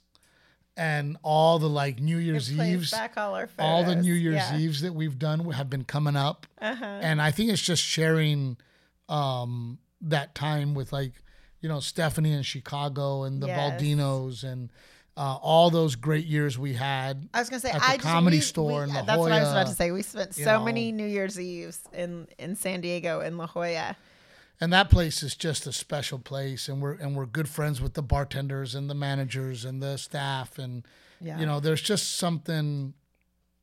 S1: and all the like New Year's Eves,
S2: back all our photos.
S1: all the New Year's
S2: yeah.
S1: Eves that we've done have been coming up.
S2: Uh-huh.
S1: And I think it's just sharing um, that time with like, you know, Stephanie in Chicago and the
S2: Yes.
S1: Baldinos and uh, all those great years we had.
S2: I was gonna say
S1: at the
S2: I just,
S1: Comedy
S2: we-
S1: Store
S2: we-
S1: in La
S2: That's what I was about
S1: Jolla,
S2: to say. We spent
S1: you
S2: so
S1: know.
S2: many New Year's Eves in in San Diego in La Jolla.
S1: And that place is just a special place and we're and we're good friends with the bartenders and the managers and the staff and
S2: Yeah,
S1: you know, there's just something,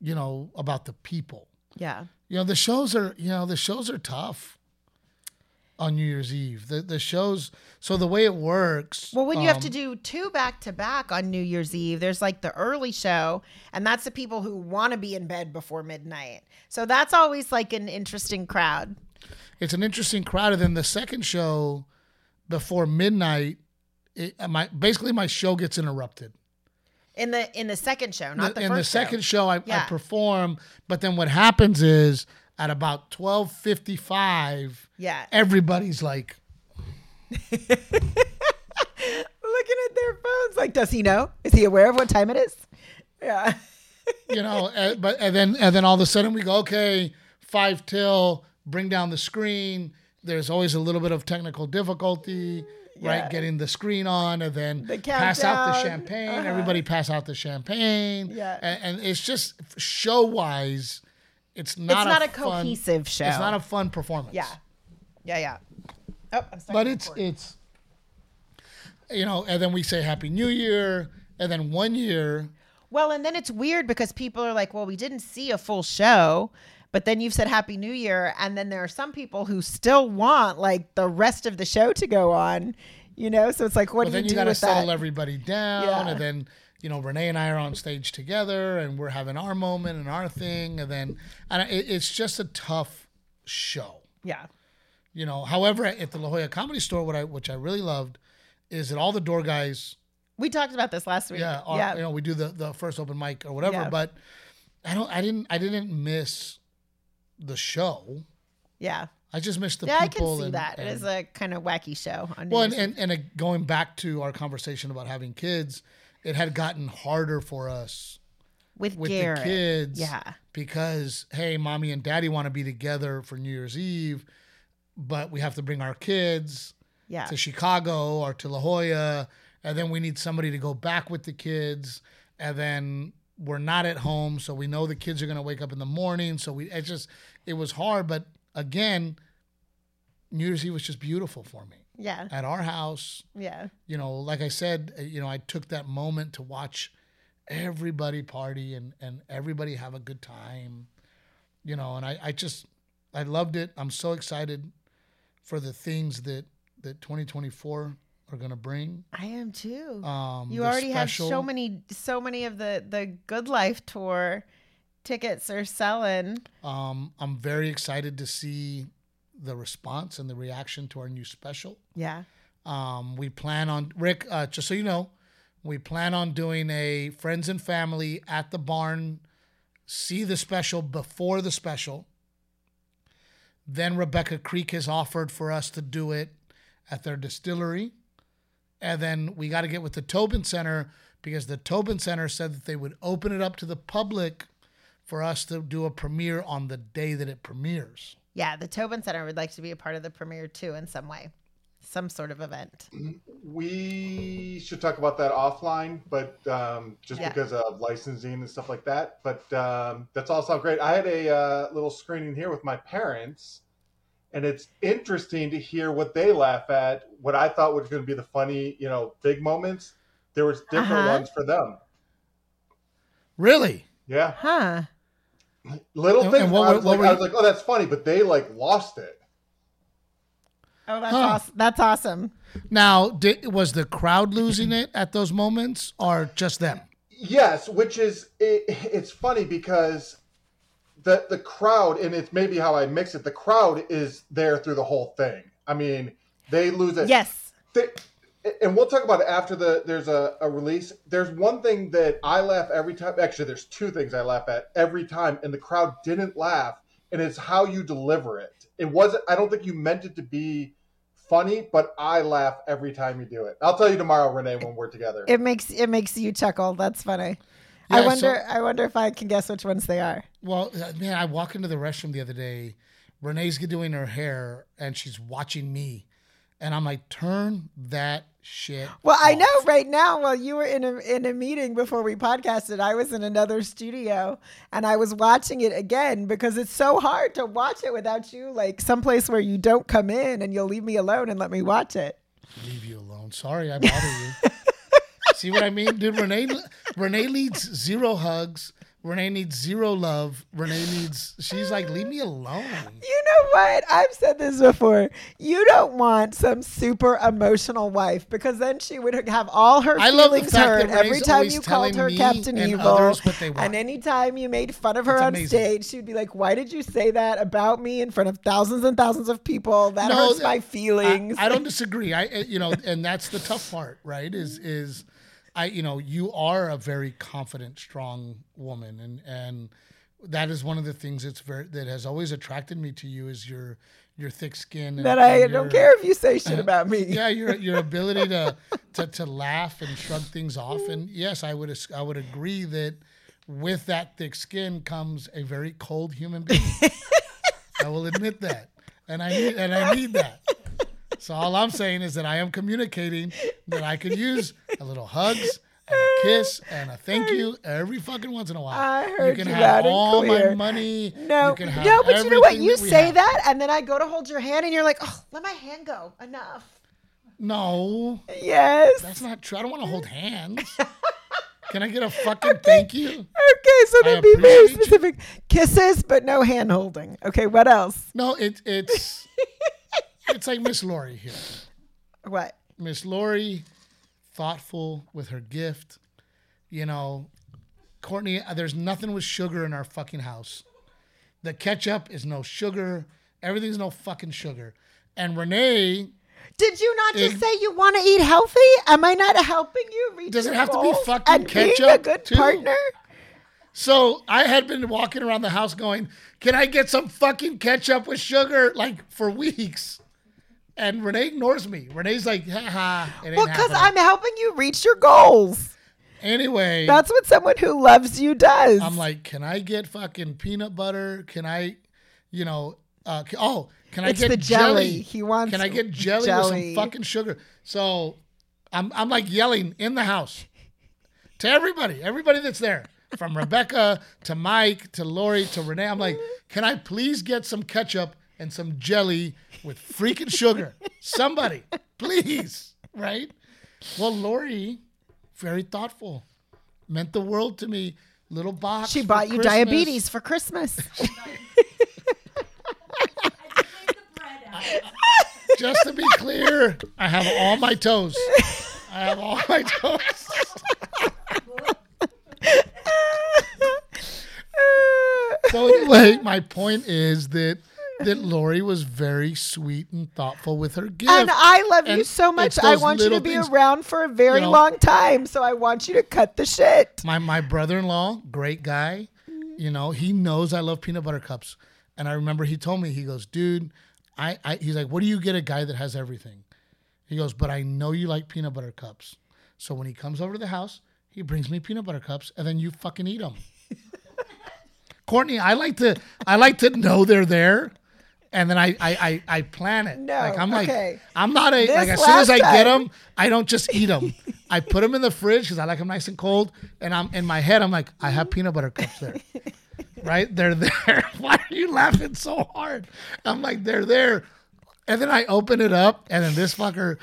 S1: you know, about the people.
S2: yeah,
S1: you know the shows are you know the shows are tough on New Year's Eve. The the shows. So the way it works.
S2: Well, when you have to
S1: um,
S2: do two back to back on New Year's Eve, there's like the early show, and that's the people who want to be in bed before midnight. So that's always like an interesting crowd.
S1: it's an interesting crowd. And then the second show before midnight, it, uh, my basically my show gets interrupted.
S2: In the in the second show, not the,
S1: in
S2: first
S1: the second
S2: show.
S1: show, I, I
S2: Yeah.
S1: perform, but then what happens is at about twelve fifty five,
S2: Yeah.
S1: everybody's like,
S2: Looking at their phones, like, does he know? Is he aware of what time it is? Yeah.
S1: you know, uh, but and then and then all of a sudden we go, okay, five till, bring down the screen. There's always a little bit of technical difficulty,
S2: Yeah.
S1: right? Getting the screen on and then
S2: The
S1: pass out the
S2: countdown. Uh-huh.
S1: champagne. Everybody pass out the champagne.
S2: Yeah.
S1: and, and it's just show wise, it's not
S2: it's not a,
S1: fun-
S2: cohesive show.
S1: It's not a fun performance.
S2: Yeah. Yeah, yeah. Oh, I'm stuck.
S1: but
S2: in the
S1: it's
S2: cord.
S1: it's you know and then we say happy new year and then one year
S2: Well, and then it's weird because people are like, well, we didn't see a full show, but then you've said Happy New Year. And then there are some people who still want like the rest of the show to go on, you know? So it's like, what
S1: but
S2: do you
S1: then you,
S2: do
S1: got to
S2: with
S1: settle
S2: that?
S1: everybody down
S2: Yeah.
S1: and then you know renee and i are on stage together and we're having our moment and our thing and then and it, it's just a tough show
S2: yeah.
S1: you know however at the la jolla comedy store what i which i really loved is that all the door guys
S2: We talked about this last week.
S1: yeah, or,
S2: yeah.
S1: you know, we do the the first open mic or whatever.
S2: Yeah.
S1: But I don't, I didn't, I didn't miss the show.
S2: yeah.
S1: I just missed the
S2: Yeah, I
S1: people.
S2: can see
S1: and-
S2: that.
S1: and-
S2: it is a kind of wacky show. On New
S1: well, and
S2: Year's
S1: and, and uh, going back to our conversation about having kids, it had gotten harder for us
S2: Eve with,
S1: with
S2: Garrett.
S1: the kids,
S2: Yeah.
S1: because hey, mommy and daddy want to be together for New Year's Eve, but we have to bring our kids
S2: Yeah.
S1: to Chicago or to La Jolla, and then we need somebody to go back with the kids, and then we're not at home, so we know the kids are going to wake up in the morning. So we, it just, it was hard, but again, New Year's Eve was just beautiful for me
S2: Yeah.
S1: at our house.
S2: Yeah.
S1: You know, like I said, uh, you know, I took that moment to watch everybody party and and everybody have a good time. You know, and I I just I loved it. I'm so excited for the things that that 2024 are going to bring.
S2: I am too.
S1: Um
S2: You
S1: the
S2: already
S1: special-
S2: have so many, so many of the the Good Life tour tickets are selling.
S1: um I'm very excited to see the response and the reaction to our new special.
S2: Yeah,
S1: Um, we plan on Rick. Uh, just so you know, we plan on doing a friends and family at the barn. See the special before the special. Then Rebecca Creek has offered for us to do it at their distillery, and then we got to get with the Tobin Center because the Tobin Center said that they would open it up to the public for us to do a premiere on the day that it premieres.
S2: yeah. The Tobin Center would like to be a part of the premiere too in some way, some sort of event.
S3: We should talk about that offline, but um, just
S2: Yeah.
S3: because of licensing and stuff like that. But um, that's also great. I had a uh, little screening here with my parents, and it's interesting to hear what they laugh at. What I thought was going to be the funny, you know, big moments. There was different
S2: Uh-huh.
S3: ones for them.
S1: Really?
S3: Yeah,
S2: Huh?
S3: little
S1: And-
S3: things.
S1: and what
S3: I,
S1: were-
S3: was
S1: what
S3: like,
S1: were
S3: I
S1: you-
S3: was like, oh, that's funny, but they like lost it.
S2: Oh, that's
S1: Huh.
S2: awesome. That's awesome.
S1: Now, did, was the crowd losing it at those moments, or just them?
S3: Yes, which is it, it's funny because the the crowd and it's maybe how I mix it. The crowd is there through the whole thing. I mean, they lose it.
S2: Yes.
S3: They, and we'll talk about it after the there's a, a release. There's one thing that I laugh every time. Actually, there's two things I laugh at every time, and the crowd didn't laugh. And it's how you deliver it. It wasn't. I don't think you meant it to be funny, but I laugh every time you do it. I'll tell you tomorrow, Renee, when we're together.
S2: It makes it makes you chuckle. That's funny.
S1: Yeah,
S2: I
S1: so-
S2: wonder. I wonder if I can guess which ones they are.
S1: Well, uh, man, I walk into the restroom the other day. Renee's doing her hair, and she's watching me, and I'm like, "Turn that shit."
S2: Well, I
S1: off."
S2: know right now while you were in a in a meeting before we podcasted, I was in another studio and I was watching it again because it's so hard to watch it without you, like someplace where you don't come in and you'll leave me alone and let me watch it.
S1: Leave you alone. Sorry, I bother you. See what I mean, dude? Renee, Renee leads zero hugs. Renee needs zero love. Renee needs. She's like, leave me alone.
S5: You know what? I've said this before. You don't want some super emotional wife because then she would have all her
S1: I love the
S5: feelings
S1: fact
S5: hurt
S1: that Renee's
S5: every time
S1: always
S5: you
S1: telling
S5: called her
S1: me
S5: Captain
S1: and
S5: Evil.
S1: others what they want.
S5: And anytime you made fun of her
S1: It's
S5: on
S1: amazing.
S5: stage, she'd be like, Why did you say that about me in front of thousands and thousands of people? That
S1: No,
S5: hurts my
S1: I-
S5: feelings.
S1: I, I don't disagree. I I- you know, and that's the tough part, right? Is is I you know you are a very confident, strong woman, and and that is one of the things that's very that has always attracted me to you is your your thick skin. And,
S5: that I
S1: and
S5: don't
S1: your- uh,
S5: care if you say shit about me.
S1: Yeah, your your ability to, to to laugh and shrug things off, and yes, I would as- I would agree that with that thick skin comes a very cold human being. I will admit that, and I need and I need that. So all I'm saying is that I am communicating that I could use a little hugs. And a kiss and a thank you every fucking once in a while.
S5: I heard
S1: you can
S5: you
S1: have
S5: loud and
S1: all
S5: clear.
S1: my money.
S5: No,
S1: you can have
S5: no, but you know what?
S1: everything
S5: You
S1: we
S5: say
S1: have.
S5: that, and then I go to hold your hand, and you're like, "Oh, let my hand go. Enough."
S1: No,
S5: Yes.
S1: That's not true. I don't want to hold hands. Can I get a fucking thank you?
S5: Okay, so
S1: I
S5: then be very
S1: appreciate you.
S5: specific. Kisses, but no hand holding. Okay, what else?
S1: No, it, it's it's like Miss Lori here.
S5: What?
S1: Miss Lori, thoughtful with her gift. You know, Courtney, uh, there's nothing with sugar in our fucking house. The ketchup is no sugar. Everything's no fucking sugar. And Renee
S5: Did you not just
S1: Ig-
S5: say you want to eat healthy? Am I not helping you reach
S1: Does it
S5: your
S1: have to be
S5: goals
S1: fucking
S5: and being a
S1: ketchup,
S5: good
S1: too?
S5: partner?
S1: So I had been walking around the house going, "Can I get some fucking ketchup with sugar?" Like for weeks, and Renee ignores me. Renee's like, "Ha ha, it ain't
S5: Well, because I'm
S1: happening."
S5: helping you reach your goals.
S1: Anyway,
S5: That's what someone who loves you does.
S1: I'm like, "Can I get fucking peanut butter? Can I, you know, uh, c- oh, can I
S5: It's
S1: get
S5: the jelly. He wants
S1: Can I get jelly,
S5: jelly.
S1: with some fucking sugar?" So I'm I'm like yelling in the house to everybody, everybody that's there, from Rebecca to Mike to Lori to Renee. I'm like, "Can I please get some ketchup and some jelly with freaking sugar? Somebody, please, right?" Well, Lori, very thoughtful, meant the world to me. Little box.
S5: she
S1: for
S5: bought you
S1: Christmas.
S5: diabetes for Christmas.
S4: I just laid the bread out.
S1: just to be clear, I have all my toes. I have all my toes. So anyway, my point is that that Lori was very sweet and thoughtful with her gift.
S5: And I love you
S1: And
S5: so much.
S1: it's
S5: I
S1: those
S5: want you to
S1: little
S5: be
S1: things,
S5: around for a very
S1: you know.
S5: long time. So I want you to cut the shit.
S1: my my brother-in-law, great guy, you know, he knows I love peanut butter cups. And I remember he told me, he goes, dude, I, I he's like, what do you get a guy that has everything? He goes, but I know you like peanut butter cups. So when he comes over to the house, he brings me peanut butter cups, and then you fucking eat them. Courtney, I like to I like to know they're there, and then I I I, I plan it.
S5: No,
S1: like I'm
S5: okay.
S1: like I'm not a
S5: This
S1: like as soon as I
S5: last
S1: get
S5: time-
S1: them, I don't just eat them. I put them in the fridge because I like them nice and cold, and I'm in my head I'm like I have peanut butter cups there. Right? They're there. Why are you laughing so hard? I'm like, they're there. And then I open it up, and then this fucker,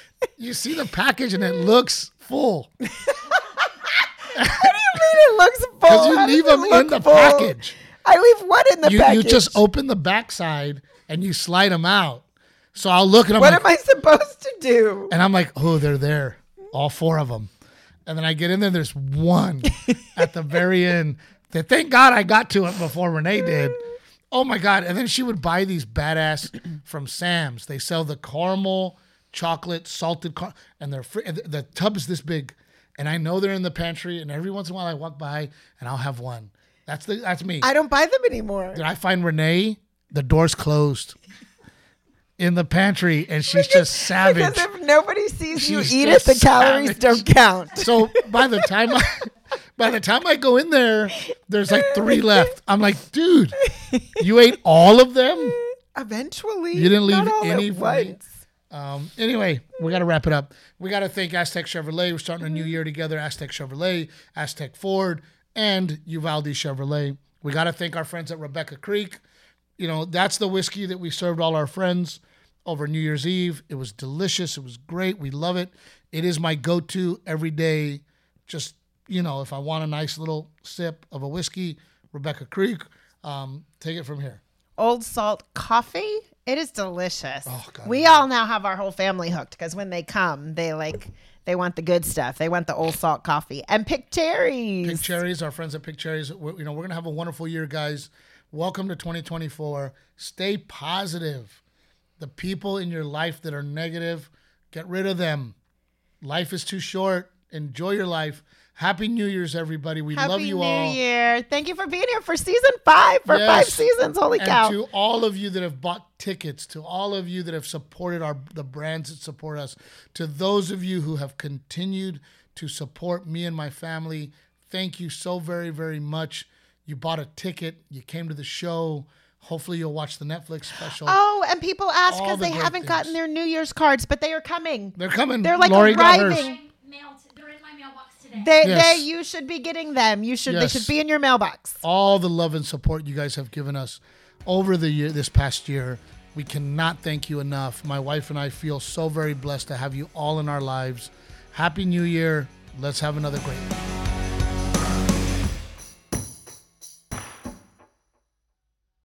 S1: you see the package, and it looks full.
S5: I mean, it looks full.
S1: Because you
S5: How does
S1: leave
S5: it
S1: them in
S5: look
S1: the
S5: full?
S1: package.
S5: I leave what in the
S1: You, you
S5: package?
S1: just open the backside and you slide them out. So I'll look and I'm
S5: What
S1: like,
S5: am I supposed to do?
S1: and I'm like, oh, they're there, all four of them. And then I get in there, there's one at the very end. That thank God I got to it before Renee did. Oh my God. And then she would buy these badass from Sam's. They sell the caramel, chocolate, salted, car- and they're free. The tub is this big. And I know they're in the pantry. And every once in a while I walk by and I'll have one. That's the that's me.
S5: I don't buy them anymore.
S1: Did I find Renee? The door's closed in the pantry, and she's just savage.
S5: Because if nobody sees you
S1: She's
S5: eat it, the
S1: just
S5: calories
S1: savage.
S5: don't count.
S1: So by the time I, by the time I go in there, there's like three left. I'm like, dude, you ate all of them.
S5: Eventually,
S1: You didn't
S5: not
S1: leave
S5: all
S1: any
S5: at
S1: for me?
S5: once.
S1: Um, anyway, we got to wrap it up. We got to thank Aztec Chevrolet. We're starting a new year together. Aztec Chevrolet, Aztec Ford, and Uvalde Chevrolet. We got to thank our friends at Rebecca Creek. You know, that's the whiskey that we served all our friends over New Year's Eve. It was delicious. It was great. We love it. It is my go to every day. Just you know, if I want a nice little sip of a whiskey, Rebecca Creek, um, take it from here.
S2: Old Salt coffee. It is delicious.
S1: Oh, God.
S2: we all now have our whole family hooked because when they come, they like they want the good stuff. They want the Old Salt coffee and pick cherries.
S1: Pick Cherries, our friends at Pick Cherries, we're, you know, we're going to have a wonderful year, guys. Welcome to 2024. Stay positive. The people in your life that are negative, get rid of them. Life is too short. Enjoy your life. Happy New Year's, everybody. We
S2: Happy
S1: love you
S2: New
S1: all.
S2: Year! Thank you for being here for season five for
S1: Yes.
S2: five seasons. Holy
S1: and
S2: cow!
S1: to all of you that have bought tickets, to all of you that have supported our the brands that support us, to those of you who have continued to support me and my family, thank you so very very much. You bought a ticket, you came to the show. Hopefully you'll watch the Netflix special.
S2: oh, and people ask
S1: all
S2: because
S1: the
S2: they
S1: great
S2: haven't gotten
S1: things.
S2: their New Year's cards, but they are coming.
S1: They're coming.
S2: They're like
S1: Lori got hers.
S2: arriving.
S4: My mail t- they're in my mailbox today.
S2: They,
S1: Yes.
S2: they, you should be getting them. You should.
S1: Yes.
S2: They should be in your mailbox.
S1: all the love and support you guys have given us over the year this past year. We cannot thank you enough. My wife and I feel so very blessed to have you all in our lives. Happy New Year. Let's have another great one.